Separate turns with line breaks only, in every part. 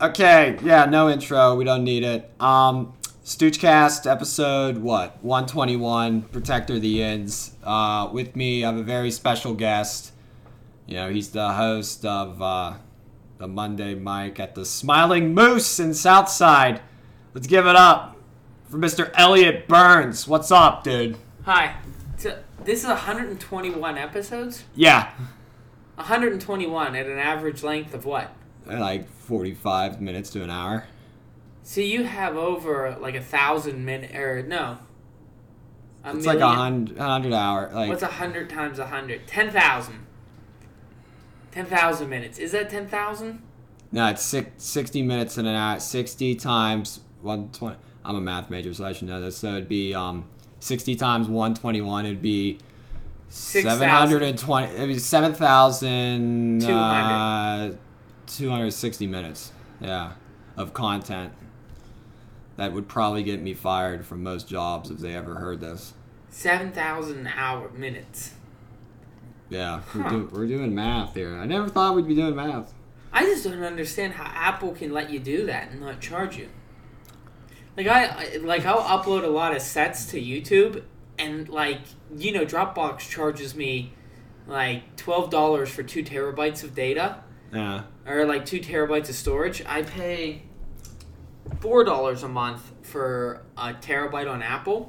Okay, yeah, no intro. We don't need it. Um, Stoochcast episode what 121 protector of the ends uh, with me i have a very special guest you know he's the host of uh, the monday mic at the smiling moose in southside let's give it up for mr elliot burns what's up dude
Hi. So this is 121 episodes.
yeah
121 at an average length of what?
like 45 minutes to an hour
So you have over like a thousand minutes, or no? A
it's like a
million-
hundred, hundred hour like
What's a hundred times a hundred? Ten thousand. Ten thousand minutes. Is that ten thousand?
No, it's six, 60 minutes in an hour. 60 times 120. I'm a math major, so I should know this. So it'd be um, 60 times 121. It'd be
Six
720. It'd be 7,000.
Two
Uh,
hundred.
260 minutes. Yeah. Of content. That would probably get me fired from most jobs if they ever heard this.
Seven thousand hour minutes.
Yeah. We're,
Huh.
do, we're doing math here. I never thought we'd be doing math.
I just don't understand how Apple can let you do that and not charge you. Like I I- like I'll upload a lot of sets to YouTube and like you know Dropbox charges me like twelve dollars for two terabytes of data
Yeah.
or like two terabytes of storage. I pay four dollars a month for a terabyte on Apple.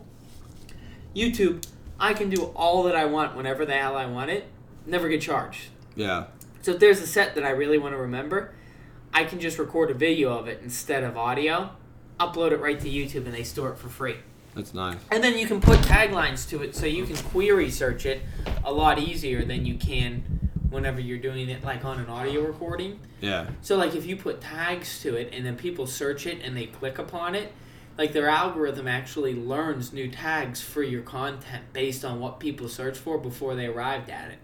YouTube, I can do all that I want whenever the hell I want it. Never get charged.
Yeah.
So if there's a set that I really want to remember, I can just record a video of it instead of audio, upload it right to YouTube, and they store it for free.
That's nice.
And then you can put taglines to it so you can query search it a lot easier than you can whenever you're doing it like on an audio recording.
Yeah.
So like if you put tags to it and then people search it and they click upon it, like their algorithm actually learns new tags for your content based on what people search for before they arrived at it.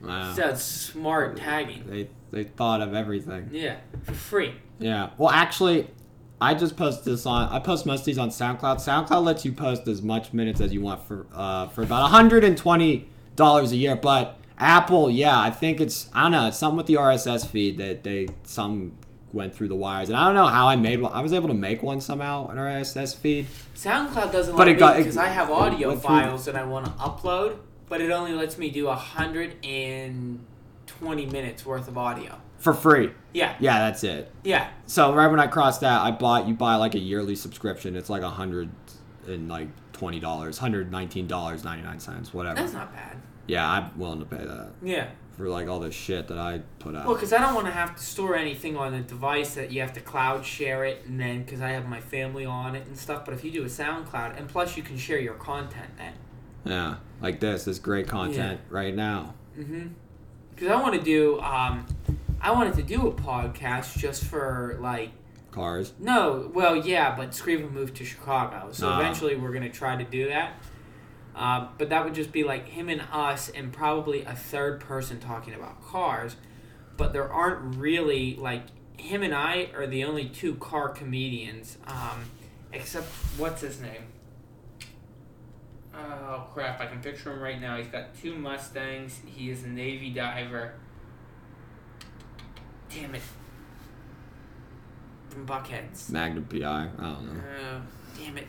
Wow.
So that's smart tagging.
They they thought of everything.
Yeah, for free.
Yeah. Well, actually, I just post this on. I post most of these on SoundCloud. SoundCloud lets you post as much minutes as you want for uh, for about hundred and twenty dollars a year. But Apple, yeah, I think it's I don't know. It's something with the RSS feed that they some went through the wires, and I don't know how I made one. I was able to make one somehow an RSS feed.
SoundCloud doesn't
But
let
it got-
me because I have audio
went through-
files that I want to upload, but it only lets me do hundred and twenty minutes worth of audio.
For free.
Yeah,
Yeah, that's it.
yeah.
So right when I crossed that, I bought you buy like a yearly subscription. It's like a hundred and like twenty dollars, hundred nineteen dollars ninety nine cents, whatever.
That's not bad.
Yeah, I'm willing to pay that
Yeah.
for like all the shit that I put out.
Well, because I don't want to have to store anything on a device that you have to cloud share it, and then because I have my family on it and stuff. But if you do a SoundCloud, and plus you can share your content then.
Yeah, like this, this great content right now.
Mm-hmm. Because I want to do, um, I wanted to do a podcast just for like.
Cars.
No, well, yeah, but Screamer moved to Chicago, so
Ah.
eventually we're gonna try to do that. Uh, but that would just be like him and us, and probably a third person talking about cars. But there aren't really like him and I are the only two car comedians, um, except what's his name? Oh crap! I can picture him right now. He's got two Mustangs. He is a Navy diver. Damn it! From Buckheads.
Magnum PI. I don't know.
Oh, damn it.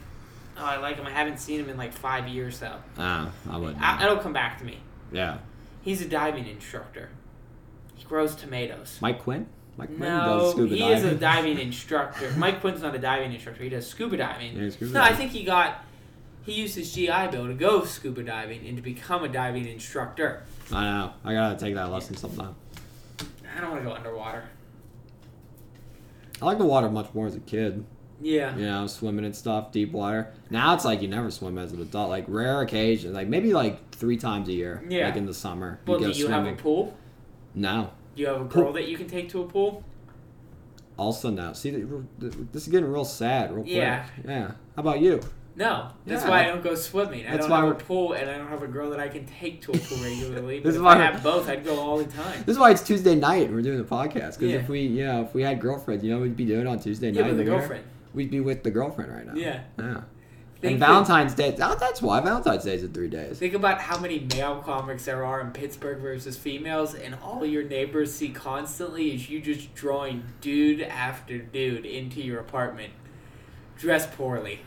Oh, I like him. I haven't seen him in like five years, though.
Ah, I wouldn't. know.
I, it'll come back to me.
yeah,
He's a diving instructor. He grows tomatoes.
Mike Quinn. Mike Quinn does
No,
scuba
he
diving.
is a diving instructor. Mike Quinn's not a diving instructor. He does scuba diving.
Yeah, scuba
no,
diving.
I think he got. He used his GI Bill to go scuba diving and to become a diving instructor.
I know. I gotta take that lesson sometime.
I don't want to go underwater.
I like the water much more as a kid.
Yeah.
you know, swimming and stuff, deep water. Now it's like you never swim as an adult. Like rare occasion, like maybe like three times a year.
Yeah.
Like in the summer,
Well,
you
do
go
you have a
swimming.
pool?
no.
Do you have a girl that you can take to a pool?
Also no. See, th- th- this is getting real sad, real
Yeah.
quick. Yeah. How about you?
No, that's
Yeah.
why I don't go swimming. I
That's
don't
why
have a
we're-
pool, and I don't have a girl that I can take to a pool regularly.
This
but
is
if
why
I
we're-
had both, I'd go all the time.
This is why it's Tuesday night and we're doing the podcast. Because
Yeah.
if we, you know, if we had girlfriends, you know, what we'd be doing on Tuesday
Yeah,
night.
with a
in the winter?
girlfriend.
We'd be with the girlfriend right now.
Yeah.
Yeah.
If
and
Think that-
Valentine's Day. That, that's why Valentine's Day is in three days.
Think about how many male comics there are in Pittsburgh versus females, and all your neighbors see constantly is you just drawing dude after dude into your apartment, dressed poorly.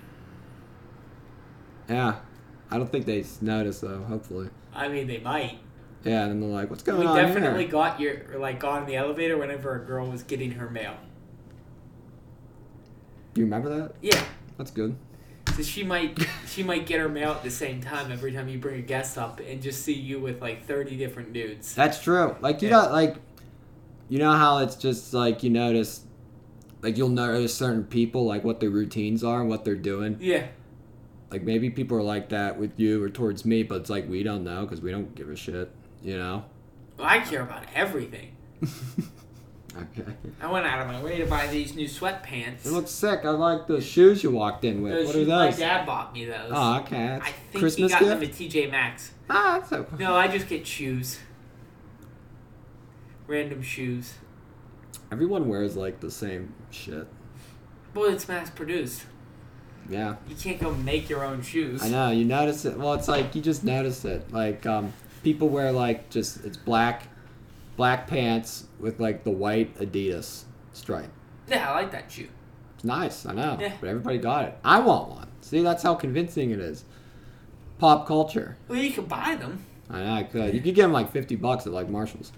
Yeah, I don't think they s- notice though. Hopefully,
I mean, they might.
yeah. And then they're like, "What's going
We
on
definitely
here?"
got your or, like got in the elevator whenever a girl was getting her mail.
Do you remember that?
Yeah,
That's good.
so she might she might get her mail at the same time every time you bring a guest up, and just see you with like thirty different dudes.
That's true. Like you
Yeah.
know, like you know how it's just like you notice, like you'll notice certain people like what their routines are and what they're doing.
Yeah,
Like maybe people are like that with you or towards me, but it's like we don't know because we don't give a shit. You know.
well, I care about everything.
Okay.
I went out of my way to buy these new sweatpants.
It looks sick. I like those shoes you walked in with.
Those
what are
shoes-
those?
My dad bought me those.
Oh, okay. That's
I think
Christmas
he
gift.
got them at TJ Maxx.
ah, that's so.
No, I just get shoes. Random shoes.
Everyone wears like the same shit.
Well, it's mass produced.
Yeah.
You can't go make your own shoes.
I know you notice it. Well, it's like you just notice it. Like um, people wear like just it's black, black pants with like the white Adidas stripe.
Yeah, I like that shoe.
It's nice, I know,
Yeah.
but everybody got it. I want one. See, that's how convincing it is. Pop culture.
Well, you can buy them.
I know I could. You could get them like fifty bucks at like Marshalls.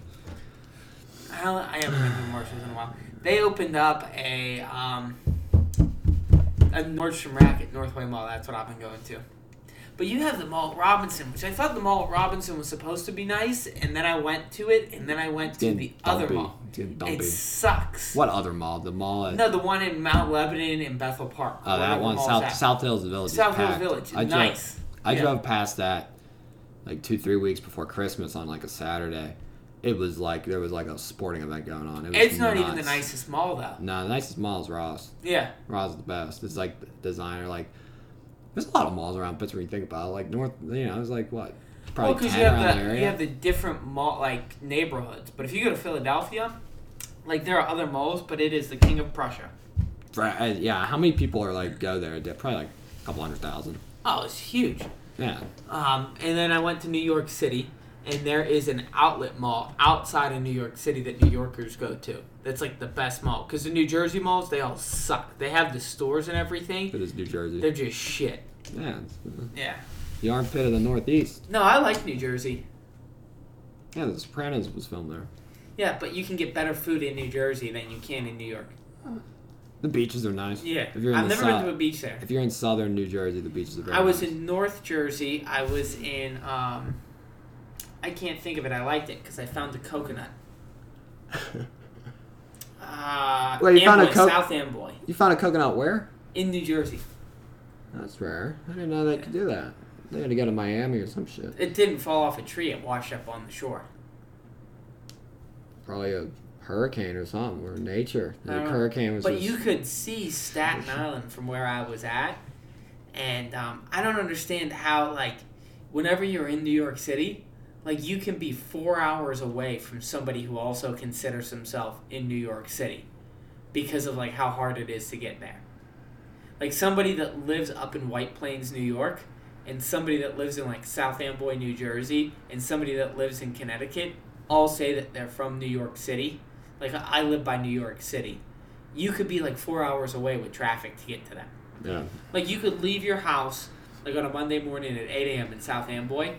I, don't- I haven't been to Marshalls in a while. They opened up a um a Nordstrom rack at Northway Mall. That's what I've been going to. But you have the mall at Robinson, which I thought the mall at Robinson was supposed to be nice, and then I went to it, and then I went to
Getting
the
dumpy.
other mall.
It's getting
It
dumpy.
sucks.
What other mall? The mall. At,
No, the one in Mount Lebanon and Bethel Park.
oh, that
Whatever
one.
mall's
South
that.
South Hills Village. is
South Hills
packed.
Village.
I drove-
nice.
I
Yeah.
drove past that like two, three weeks before Christmas on like a Saturday. It was like there was like a sporting event going on. It was
It's not even the
nuts.
nicest mall though.
No, the nicest mall is Ross.
Yeah.
Ross is the best. It's like the designer. Like there's a lot of malls around Pittsburgh. You think about it. like North. You know, it's like what
Well,
probably
'cause
ten
you
around
have
the
the
area.
you have the different mall like neighborhoods. But if you go to Philadelphia, like there are other malls, but it is the king of Prussia.
For- uh, yeah, how many people are like go there? They're Probably like a couple hundred thousand.
Oh, it's huge.
Yeah,
Um, and then I went to New York City, and there is an outlet mall outside of New York City that New Yorkers go to. That's like the best mall because the New Jersey malls they all suck. They have the stores and everything.
it is New Jersey.
They're just shit.
yeah, it's, uh,
Yeah.
the armpit of the Northeast.
No, I like New Jersey.
Yeah, The Sopranos was filmed there.
Yeah, but you can get better food in New Jersey than you can in New York.
The beaches are nice.
Yeah.
If you're in
I've
the
never
South-
been to a beach there.
If you're in southern New Jersey, the beaches are very
I was
nice.
in North Jersey. I was in um I can't think of it. I liked it cuz I found the coconut. Uh,
Wait, you found a
Amboy,
co-
South Amboy
You found a coconut where?
in New Jersey.
That's rare. I didn't know they could do that. They had to go to Miami or some shit.
It didn't fall off a tree. It washed up on the shore.
Probably a hurricane or something, or nature. The
I don't know.
hurricane was
But
just
you could see Staten Island from where I was at, and um, I don't understand how like whenever you're in New York City, like you can be four hours away from somebody who also considers himself in New York City, because of like how hard it is to get there. Like somebody that lives up in White Plains, New York, and somebody that lives in like South Amboy, New Jersey, and somebody that lives in Connecticut, all say that they're from New York City. Like I live by New York City you could be like four hours away with traffic to get to them.
yeah.
Like you could leave your house like on a Monday morning at eight AM in South Amboy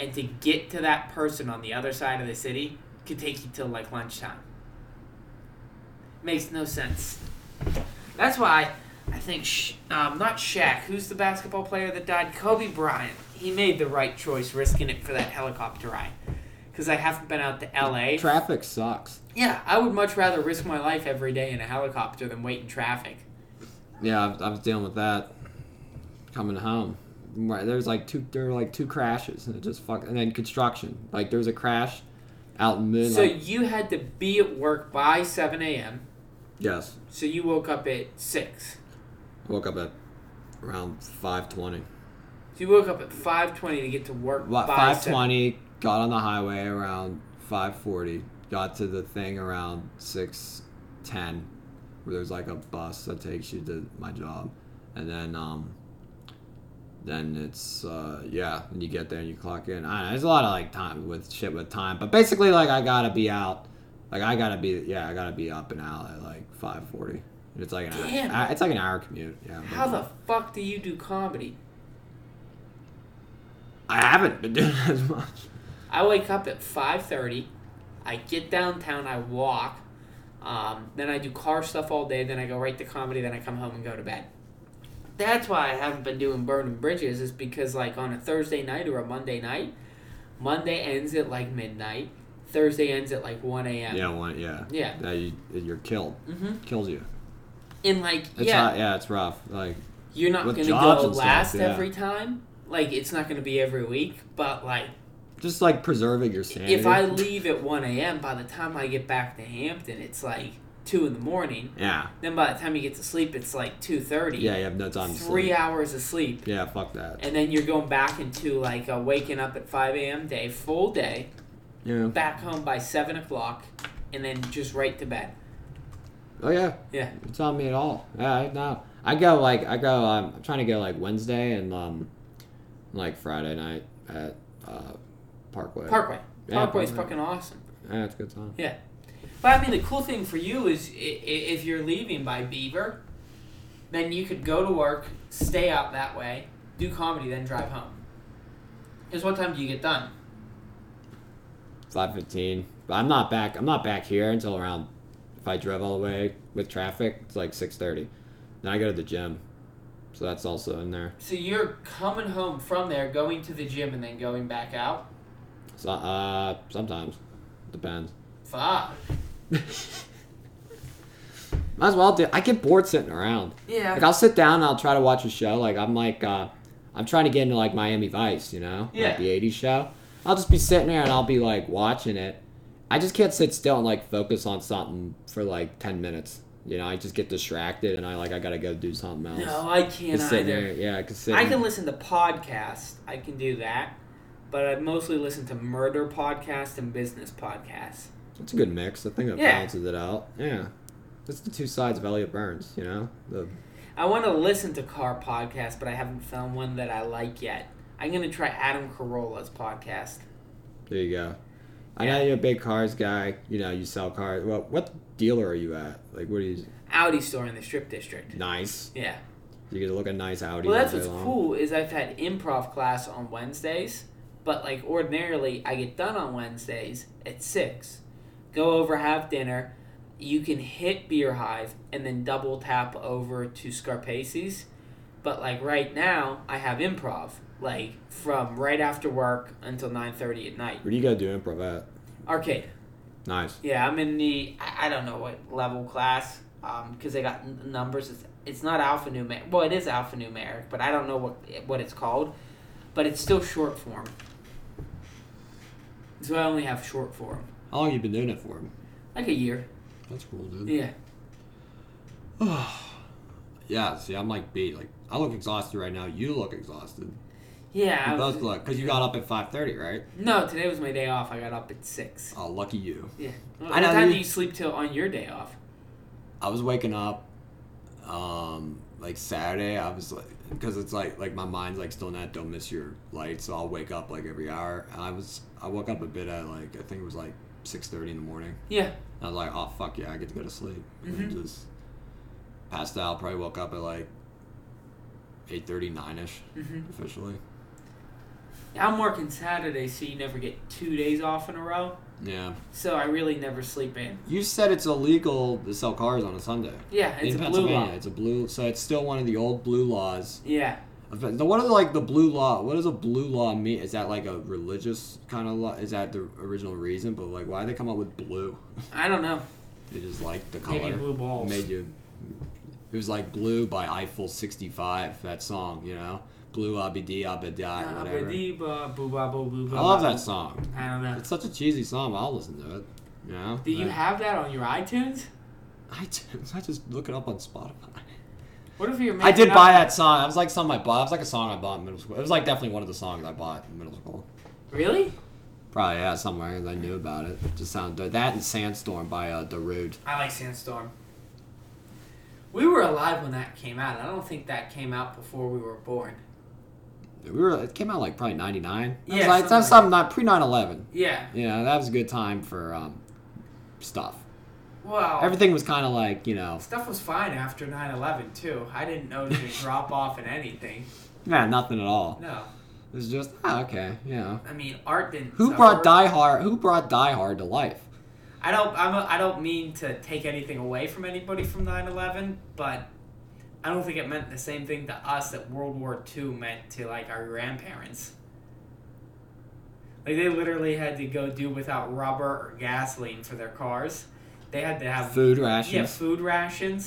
and to get to that person on the other side of the city could take you till like lunchtime. Makes no sense. That's why I think Sh- um, not Shaq, who's the basketball player that died? Kobe Bryant. He made the right choice risking it for that helicopter ride. Because I haven't been out to LA.
Traffic sucks.
yeah, I would much rather risk my life every day in a helicopter than wait in traffic.
Yeah, I, I was dealing with that. Coming home, Right, there was like two. There were like two crashes, and it just fuck. And then construction. Like there was a crash out in mid.
So
like-
you had to be at work by 7 a.m.
yes,
So you woke up at 6.
I woke up at around five twenty.
So you woke up at 5.20 to get to work
What
by
five
7.
twenty? Got on the highway around five forty. Got to the thing around six ten, where there's like a bus that takes you to my job, and then um, then it's uh, yeah when you get there and you clock in I don't know, there's a lot of like time with shit with time but basically like i gotta be out like i gotta be yeah i gotta be up and out at like 5.40 it's like an
Damn.
hour, uh, it's like an hour commute yeah
How the fuck do you do comedy?
i haven't been doing it as much
I wake up at five thirty. I get downtown. I walk. Um, then I do car stuff all day. Then I go right to comedy. Then I come home and go to bed. That's why I haven't been doing burning bridges. Is because like on a Thursday night or a Monday night, Monday ends at like midnight. Thursday ends at like one a.m.
yeah one yeah
Yeah.
that you, you're killed
Mm-hmm.
kills you
And like
it's
yeah,
not, yeah it's rough like
you're not
with
gonna
jobs
go
and stuff,
last
yeah.
every time. Like it's not gonna be every week, but like
just like preserving your sanity
if I leave at 1 a.m., by the time I get back to Hampton, it's like 2 in the morning.
yeah
Then by the time you get to sleep, it's like 2.30.
yeah you have no time to
Three
sleep.
hours of sleep.
yeah fuck that
And then you're going back into like a waking up at 5 a.m. day, full day,
yeah
back home by 7 o'clock, and then just right to bed.
oh yeah
Yeah.
It's on me at all. Yeah, I- no. I go like I go. Um, I'm trying to go like Wednesday and um, like Friday night at uh, Parkway.
Parkway.
Yeah,
Parkway's
Parkway.
fucking awesome.
Yeah, it's a good time.
But I mean, the cool thing for you is i- i- if you're leaving by Beaver, then you could go to work, stay out that way, do comedy, then drive home. Because what time do you get done?
Five fifteen. But I'm not back. I'm not back here until around. If I drive all the way with traffic, it's like six thirty. Then I go to the gym, so that's also in there.
So you're coming home from there, going to the gym, and then going back out?
So uh, sometimes depends.
Fuck.
Might as well do. I get bored sitting around.
Yeah.
Like I'll sit down and I'll try to watch a show. Like I'm like uh I'm trying to get into like Miami Vice, you know?
Yeah.
Like the eighties show. I'll just be sitting there and I'll be like watching it. I just can't sit still and like focus on something for like ten minutes. You know, I just get distracted and I like I gotta go do something else.
No, I can't
Just sitting
either.
there, yeah, cause sitting,
I can listen to podcasts. I can do that. But I mostly listen to murder podcasts and business podcasts.
it's a good mix. I think that
Yeah.
balances it out. Yeah, that's the two sides of Elliot Burns. You know, the
I want to listen to car podcasts, but I haven't found one that I like yet. I'm gonna try Adam Carolla's podcast.
There you go. I know you're a big cars guy. You know, you sell cars. Well, what dealer are you at? Like, what do you?
Audi store in the Strip District.
Nice.
Yeah.
You get to look at nice Audi.
Well, that's
all
what's
day long.
cool is I've had improv class on Wednesdays, but like ordinarily I get done on Wednesdays at six, go over have dinner. You can hit Beer Hive and then double tap over to Scarpace's, but like right now I have improv like from right after work until nine thirty at night.
Where do you go do improv at?
Arcade.
Nice.
Yeah, I'm in the I I don't know what level class because they got n- numbers. It's it's not alphanumeric. Well, it is alphanumeric, but I don't know what what it's called. But it's still short form. So I only have short form,
How long you been doing it for?
like a year.
That's cool, dude.
Yeah.
Yeah. See, I'm like beat. Like, I look exhausted right now. You look exhausted.
Yeah.
You
I
both
was,
look, cause you got up at 5:30, right?
no, today was my day off. I got up at six.
Oh, lucky you.
Yeah. What
know,
time
you-
do you sleep till on your day off?
I was waking up, um, like Saturday. I was like, because it's like like my mind's like still not don't miss your light, so I'll wake up like every hour. And I was I woke up a bit at like I think it was like six thirty in the morning.
Yeah.
I was like, oh fuck yeah, I get to go to sleep. And
Mhm.
just passed out. Probably woke up at like eight thirty nine ish
hmm
officially.
I'm working Saturday, so you never get two days off in a row.
Yeah,
So I really never sleep in.
you said it's illegal to sell cars on a Sunday.
Yeah, it's
in
a blue
Pennsylvania,
law.
it's a blue. So it's still one of the old blue laws.
Yeah.
Now, what is like the blue law? What does a blue law mean? Is that like a religious kind of law? Is that the original reason? But like, why they come up with blue?
I don't know.
They just like the
Maybe
color.
blue balls.
Made you. It was like blue by Eiffel '65. That song, you know, blue abidi abadi whatever. I
uh,
love that song.
I don't know.
It's such a cheesy song. But I'll listen to it. You know.
Do you
Like,
have that on your iTunes?
iTunes? I just look it up on Spotify.
What if you're?
I
making
did buy
up-
that song. That was like something I bought. It was like a song I bought in middle school. It was like definitely one of the songs I bought in middle school.
Really?
Probably yeah, somewhere 'cause I knew about it. Just sounded that and Sandstorm by uh, Darude.
I like Sandstorm. We were alive when that came out. I don't think that came out before we were born.
we were it came out like probably 99 yeah
Yeah,
was like,
something
that's
like
something not pre-9-11
Yeah.
you know that was a good time for um, stuff
Well,
everything was kind of like you know
stuff was fine after 9/11 too. I didn't notice a drop off in anything.
yeah nothing at all
No,
it was just ah, okay you know
I mean art didn't.
who
suffer.
brought die hard who brought die hard to life
I don't. I'm a, I don't mean to take anything away from anybody from 9/11, but I don't think it meant the same thing to us that World War II meant to like our grandparents. Like they literally had to go do without rubber or gasoline for their cars. They had to have
food rations
yeah food rations.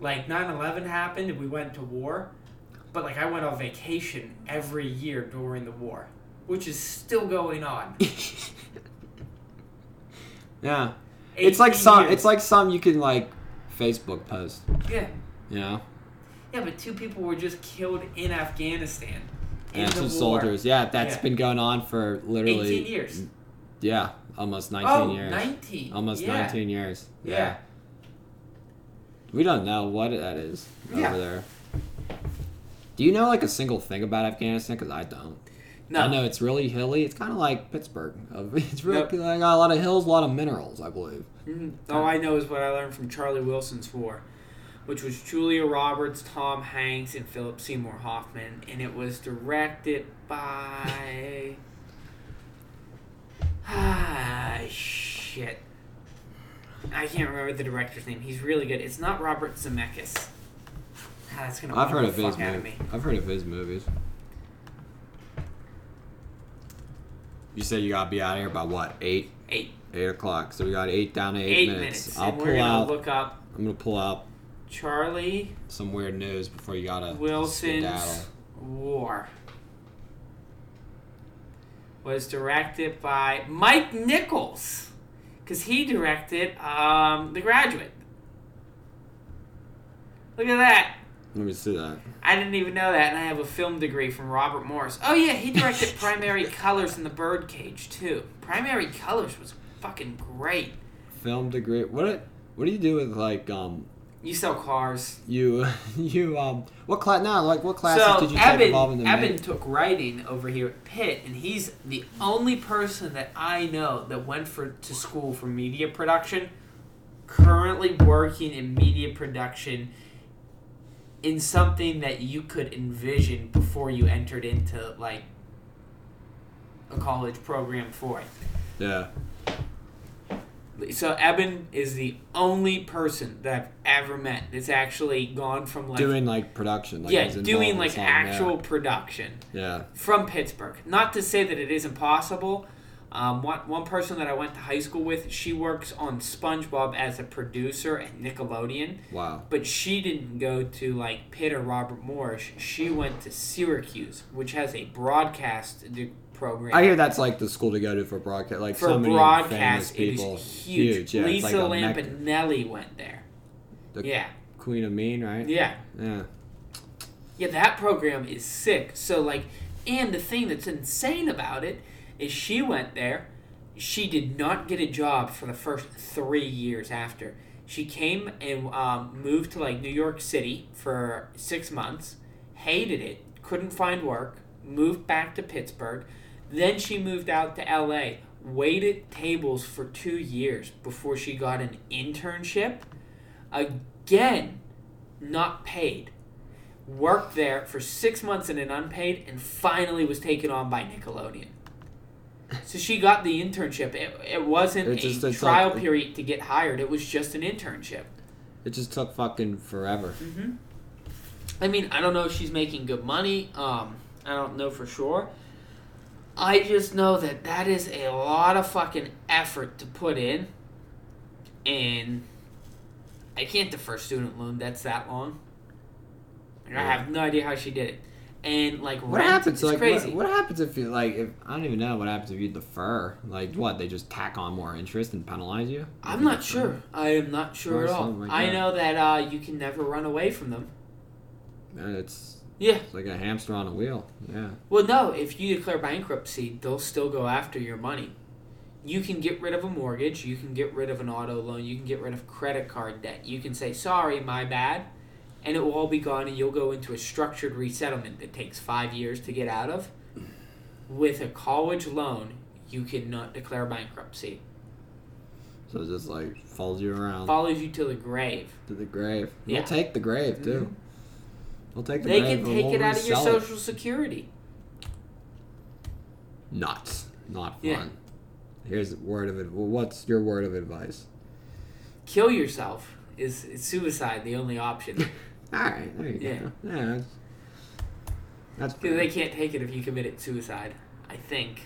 Like 9/11 happened, and we went to war, but like I went on vacation every year during the war, which is still going on.
yeah it's like
18
some
years.
it's like some you can like facebook post
yeah.
you know
Yeah, but two people were just killed in Afghanistan. In
and
the
some
war.
soldiers yeah that's
Yeah.
been going on for
18
literally
years.
yeah almost 19
oh,
years
19.
almost
yeah.
19 years
Yeah.
we don't know what that is
Yeah.
over there do you know like a single thing about afghanistan because i don't
No.
i know it's really hilly it's kind of like pittsburgh Of- it's really
Yep.
like got a lot of hills a lot of minerals i believe
Mm, All I know is what I learned from Charlie Wilson's War, which was Julia Roberts, Tom Hanks, and Philip Seymour Hoffman, and it was directed by. ah, shit. I can't remember the director's name. He's really good. It's not Robert Zemeckis. Ah, that's gonna
i've
bug
heard
the
of his
fuck out of me.
movies i've heard of his movies you said you gotta be out of here by what eight
Eight.
eight o'clock so we got eight down to eight,
eight
minutes.
minutes.
i'll
and we're
pull
gonna
out
look up
i'm gonna pull out
Charlie
some weird news before you gotta skedaddle.
Wilson's War. Was directed by Mike Nichols, because he directed um, The Graduate. Look at that!
let me see that
I didn't even know that, and I have a film degree from Robert Morris. Oh yeah, he directed Primary Colors and The Birdcage too. Primary Colors was fucking great.
film degree. What what do you do with like um
You sell cars.
you you um what class now like what classes
so
did you
Eben,
take involving the
Eben took writing over here at Pitt, and he's the only person that I know that went for to school for media production, currently working in media production in something that you could envision before you entered into like a college program for it.
Yeah.
So Eben is the only person that I've ever met that's actually gone from like
doing like production. Like,
yeah,
was involved
doing
in
like
something,
actual production
Yeah.
from Pittsburgh. Not to say that it isn't possible. Um, one, one person that I went to high school with, she works on SpongeBob as a producer at Nickelodeon,
yeah. Wow.
but she didn't go to like Pitt or Robert Morris. She went to Syracuse, which has a broadcast de- program.
I hear that's like the school to go to for broadcast. Like
For
so many famous
broadcast, it
people.
is huge.
Yeah, it's
Lisa
like a mecca.
Lampanelli went there.
The-
yeah,
Queen of Mean, right?
yeah.
Yeah.
Yeah, that program is sick. So like, and the thing that's insane about it is she went there. She did not get a job for the first three years after. She came and um, moved to like New York City for six months, hated it, couldn't find work, moved back to Pittsburgh. Then she moved out to LA, waited tables for two years before she got an internship. Again, not paid worked there for six months in an unpaid, and finally was taken on by Nickelodeon. So she got the internship. It, it wasn't
It just-
a
it's
trial
like-
period to get hired. It was just an internship.
It just took fucking forever.
Mm-hmm. I mean, I don't know if she's making good money. Um, I don't know for sure. I just know that that is a lot of fucking effort to put in, and I can't defer student loan. That's that long. Like, I have no idea how she did it. And like,
What
rent
happens?
is
Like,
crazy.
What, what happens if you like? If I don't even know what happens if you defer. Like, what they just tack on more interest and penalize you?
I'm not sure. I am not sure
Or
at all.
something like
I
that.
know that uh, you can never run away from them.
Yeah, It's
Yeah.
it's like a hamster on a wheel. Yeah.
Well, no, if you declare bankruptcy, they'll still go after your money. You can get rid of a mortgage, you can get rid of an auto loan, you can get rid of credit card debt. You can say, sorry, my bad, and it will all be gone, and you'll go into a structured resettlement that takes five years to get out of. With a college loan, you cannot declare bankruptcy.
So it just like follows you around
Follows you to the grave.
to the grave.
Yeah. Mm-hmm.
We'll take the grave too. We'll take the
they
grave.
can
but
take
we'll
it out of your
resell it.
social security.
Nuts. Not fun.
Yeah.
Here's a word of it. What's your word of advice?
Kill yourself is, is suicide the only option.
All right, there you
Yeah.
go. Yeah, that's, that's
'Cause
fair.
they can't take it if you committed suicide. I think.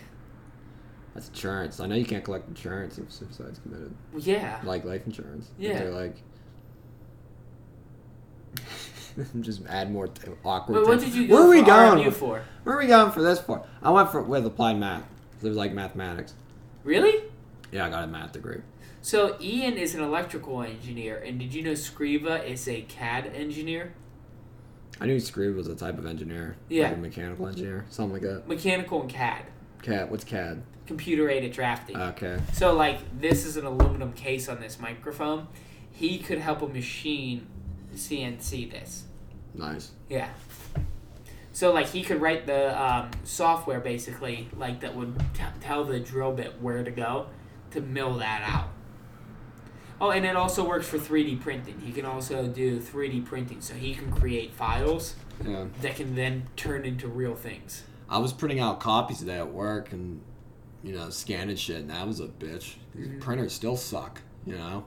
that's insurance. I know you can't collect insurance if suicide's committed,
Yeah.
like life insurance. If
Yeah.
they're like, just add more t- awkward.
But what
thing.
did you go
Where are we
for
going?
RMU
with-
for?
Where are we going for this part? I went for with applied math. It was like mathematics.
Really?
Yeah, I got a math degree.
So Ian is an electrical engineer, and did you know Scriva is a CAD engineer,
I knew Screw was a type of engineer.
Yeah.
Like a mechanical engineer, something like that.
mechanical and CAD,
CAD. What's CAD? Uh,
computer aided drafting.
Okay.
so like this is an aluminum case on this microphone. He could help a machine CNC this.
Nice.
Yeah. So like he could write the um, software basically like that would t- tell the drill bit where to go to mill that out. Oh, and it also works for 3D printing. He can also do 3D printing, so he can create files
Yeah.
that can then turn into real things.
I was printing out copies of that at work and, you know, scanning shit, and that was a bitch. These
Mhm.
Printers still suck, you know?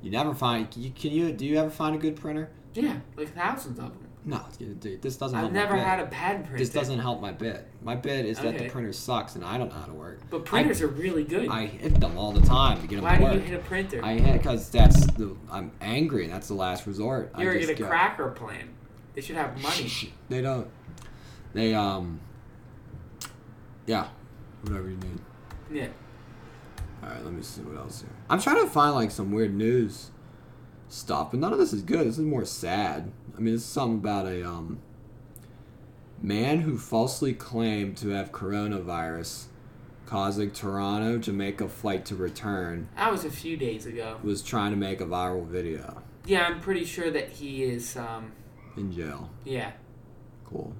You never find. You, can you. Do you ever find a good printer?
Yeah, like thousands of them.
No, dude, this doesn't help
I've
my
never
bit.
had a pad printer.
This doesn't help my bit. My bit is that the
Okay.
printer sucks and I don't know how to work.
But printers are really good.
I hit them all the time to get them to
Why do
work.
you hit a printer?
I hit because that's the. I'm angry and that's the last resort. I
You're
just
gonna
go-
cracker plan. They should have money.
They don't. They, um. Yeah. Whatever you need.
yeah.
All right, let me see what else here. I'm trying to find like some weird news stuff, but none of this is good. This is more sad. I mean, this is something about a um man who falsely claimed to have coronavirus, causing Toronto, Jamaica flight to return,
That was a few days ago.
was trying to make a viral video
Yeah, I'm pretty sure that he is. Um,
in jail.
yeah,
Cool.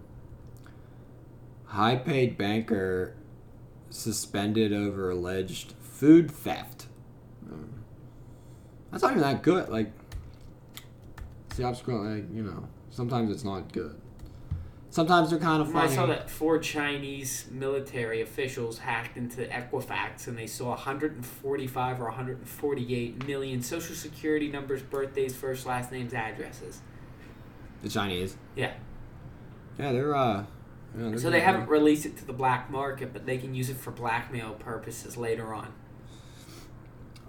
High paid banker suspended over alleged food theft. Mm. That's not even that good. Like, see, I'm scrolling, like, you know, sometimes it's not good. Sometimes they're kind of
I
funny.
saw that four Chinese military officials hacked into Equifax and they saw 145 or 148 million social security numbers, birthdays, first, last names, addresses.
The Chinese.
Yeah.
Yeah, they're, uh. yeah, they're
So they
doing
haven't
good.
released it to the black market, but they can use it for blackmail purposes later on.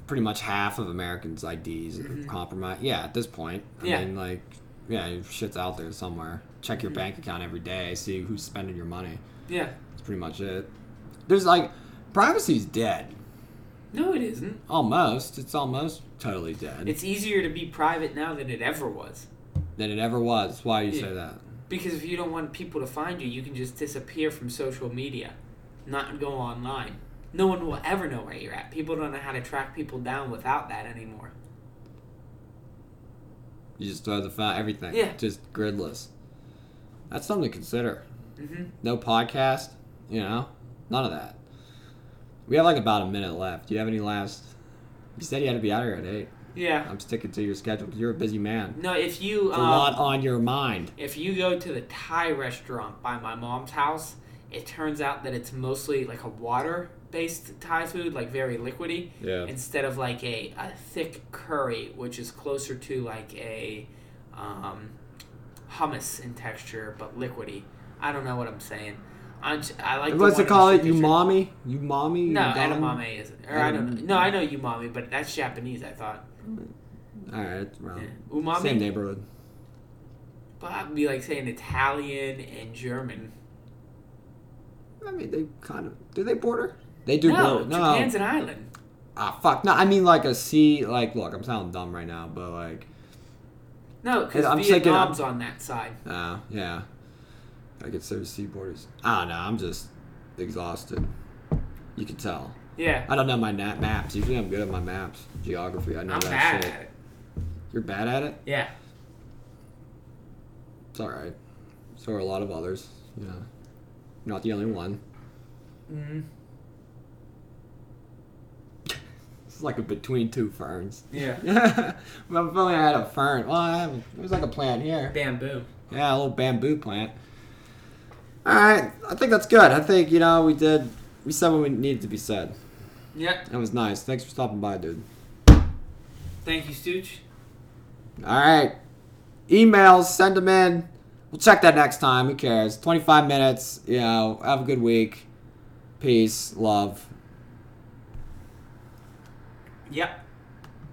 Pretty much half of Americans' IDs are
Mhm.
compromised. Yeah, at this point. I
Yeah. Mm-hmm.
mean, like, yeah, shit's out there somewhere. Check your bank account every day, see who's spending your money.
Yeah.
That's pretty much it. There's like privacy's dead.
No, it isn't.
Almost. It's almost totally dead.
It's easier to be private now than it ever was.
than it ever was. Why you say
Yeah.
that?
Because if you don't want people to find you, you can just disappear from social media, not go online. No one will ever know where you're at. People don't know how to track people down without that anymore.
You just throw the phone everything.
Yeah.
Just gridless. That's something to consider.
hmm
No podcast, you know? None of that. We have like about a minute left. Do you have any last you said you had to be out of here at eight.
Yeah.
I'm sticking to your schedule because you're a busy man.
No, if you
There's a lot
um,
on your mind.
if you go to the Thai restaurant by my mom's house, it turns out that it's mostly like a water based Thai food, like very liquidy,
Yeah.
instead of like a, a thick curry, which is closer to like a um, hummus in texture but liquidy. I don't know what I'm saying. I'm j- I like. the
What's
one
it called?
in the
You
signature-
mommy? You mommy?
No,
Udon?
edamame isn't. Or I don't.
Edam-
know. No, I know umami, but that's Japanese. I thought
All right, well,
Yeah. umami.
Oh. same neighborhood.
But I'd be like saying Italian and German.
I mean, they kind of do they border? They do
no,
border. No,
Japan's an island.
ah, fuck. No, I mean like a sea. Like, look, I'm sounding dumb right now, but like,
No, because
I'm thinking-
Vietnam's on that side.
uh, yeah, I consider sea borders. I don't know. I'm just exhausted. You can tell.
Yeah,
I don't know my nat maps. Usually, I'm good at my maps, geography. I know
I'm
that
bad
shit.
at it.
You're bad at it.
Yeah,
It's all right. So are a lot of others. You know, not the only one.
Mm-hmm.
It's like a between two ferns.
Yeah.
well, if only I had a fern. Well, I have, there's like a plant here.
Bamboo.
Yeah, a little bamboo plant. All right, I think that's good. I think you know we did. We said what we needed to be said.
Yeah.
That was nice. Thanks for stopping by, dude.
Thank you, Stooge.
All right, emails, send them in. We'll check that next time. Who cares? 25 minutes. You know, have a good week. Peace, love.
Yep.